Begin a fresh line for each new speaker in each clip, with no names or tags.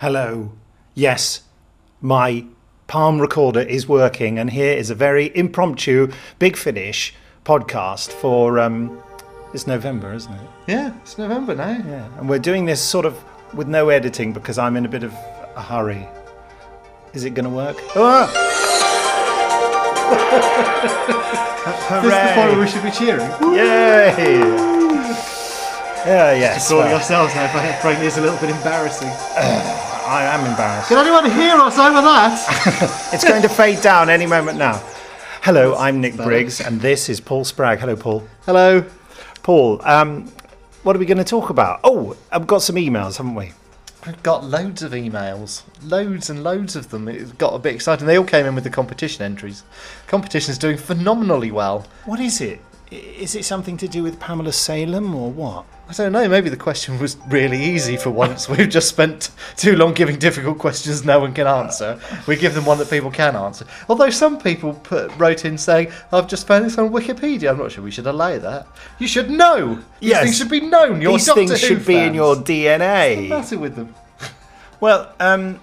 Hello. Yes, my palm recorder is working, and here is a very impromptu Big Finish podcast for um, it's November, isn't it?
Yeah, it's November now.
Yeah, and we're doing this sort of with no editing because I'm in a bit of a hurry. Is it going to work? Ah!
This is the point where
Hooray!
we should be cheering.
Yay! Yeah, yes.
Calling
well,
ourselves now, Frank- frankly, is a little bit embarrassing.
I am embarrassed.
Did anyone hear us over that?
It's going to fade down any moment now. Hello, I'm Nick Briggs, and this is Paul Spragg. Hello, Paul.
Hello.
Paul, um, what are we going to talk about? Oh, I've got some emails, haven't we?
I've got loads of emails, loads and loads of them. It got a bit exciting. They all came in with the competition entries. Competition's doing phenomenally well.
What is it? I- Is it something to do with Pamela Salem or what?
I don't know, maybe the question was really easy for once. We've just spent too long giving difficult questions no one can answer. We give them one that people can answer. Although some people put, wrote in saying, I've just found this on Wikipedia. I'm not sure we should allow that. You should know! These
Yes.
things should be known. You're
These
Doctor
things
Who
should be in
fans.
your
What's
DNA.
the matter with them?
Well, um,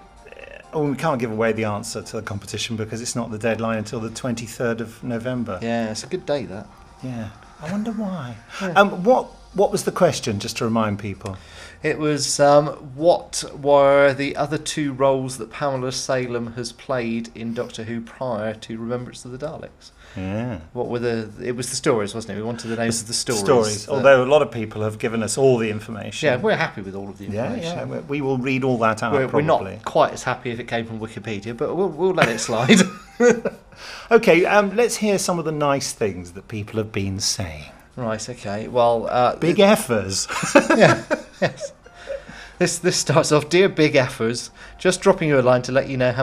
oh, we can't give away the answer to the competition because it's not the deadline until the 23rd of November.
Yeah, it's a good day, that.
Yeah. I wonder why. Um, what, what was the question, just to remind people?
It was um, what were the other two roles that Pamela Salem has played in Doctor Who prior to Remembrance of the Daleks?
Yeah.
What were the? It was the stories, wasn't it? We wanted the names of the stories. that-
Although a lot of people have given us all the information.
yeah, we're happy with all of the
yeah,
information.
yeah, we- We will read all that out
We're, we're
probably.
not quite as happy if it came from Wikipedia, but we'll, we'll let it slide.
Okay, um, let's hear some of the nice things that people have been saying.
right. Okay. Well, uh,
Big effers.
yeah, yes. This this starts off, dear big effers. Just dropping you a line to let you know how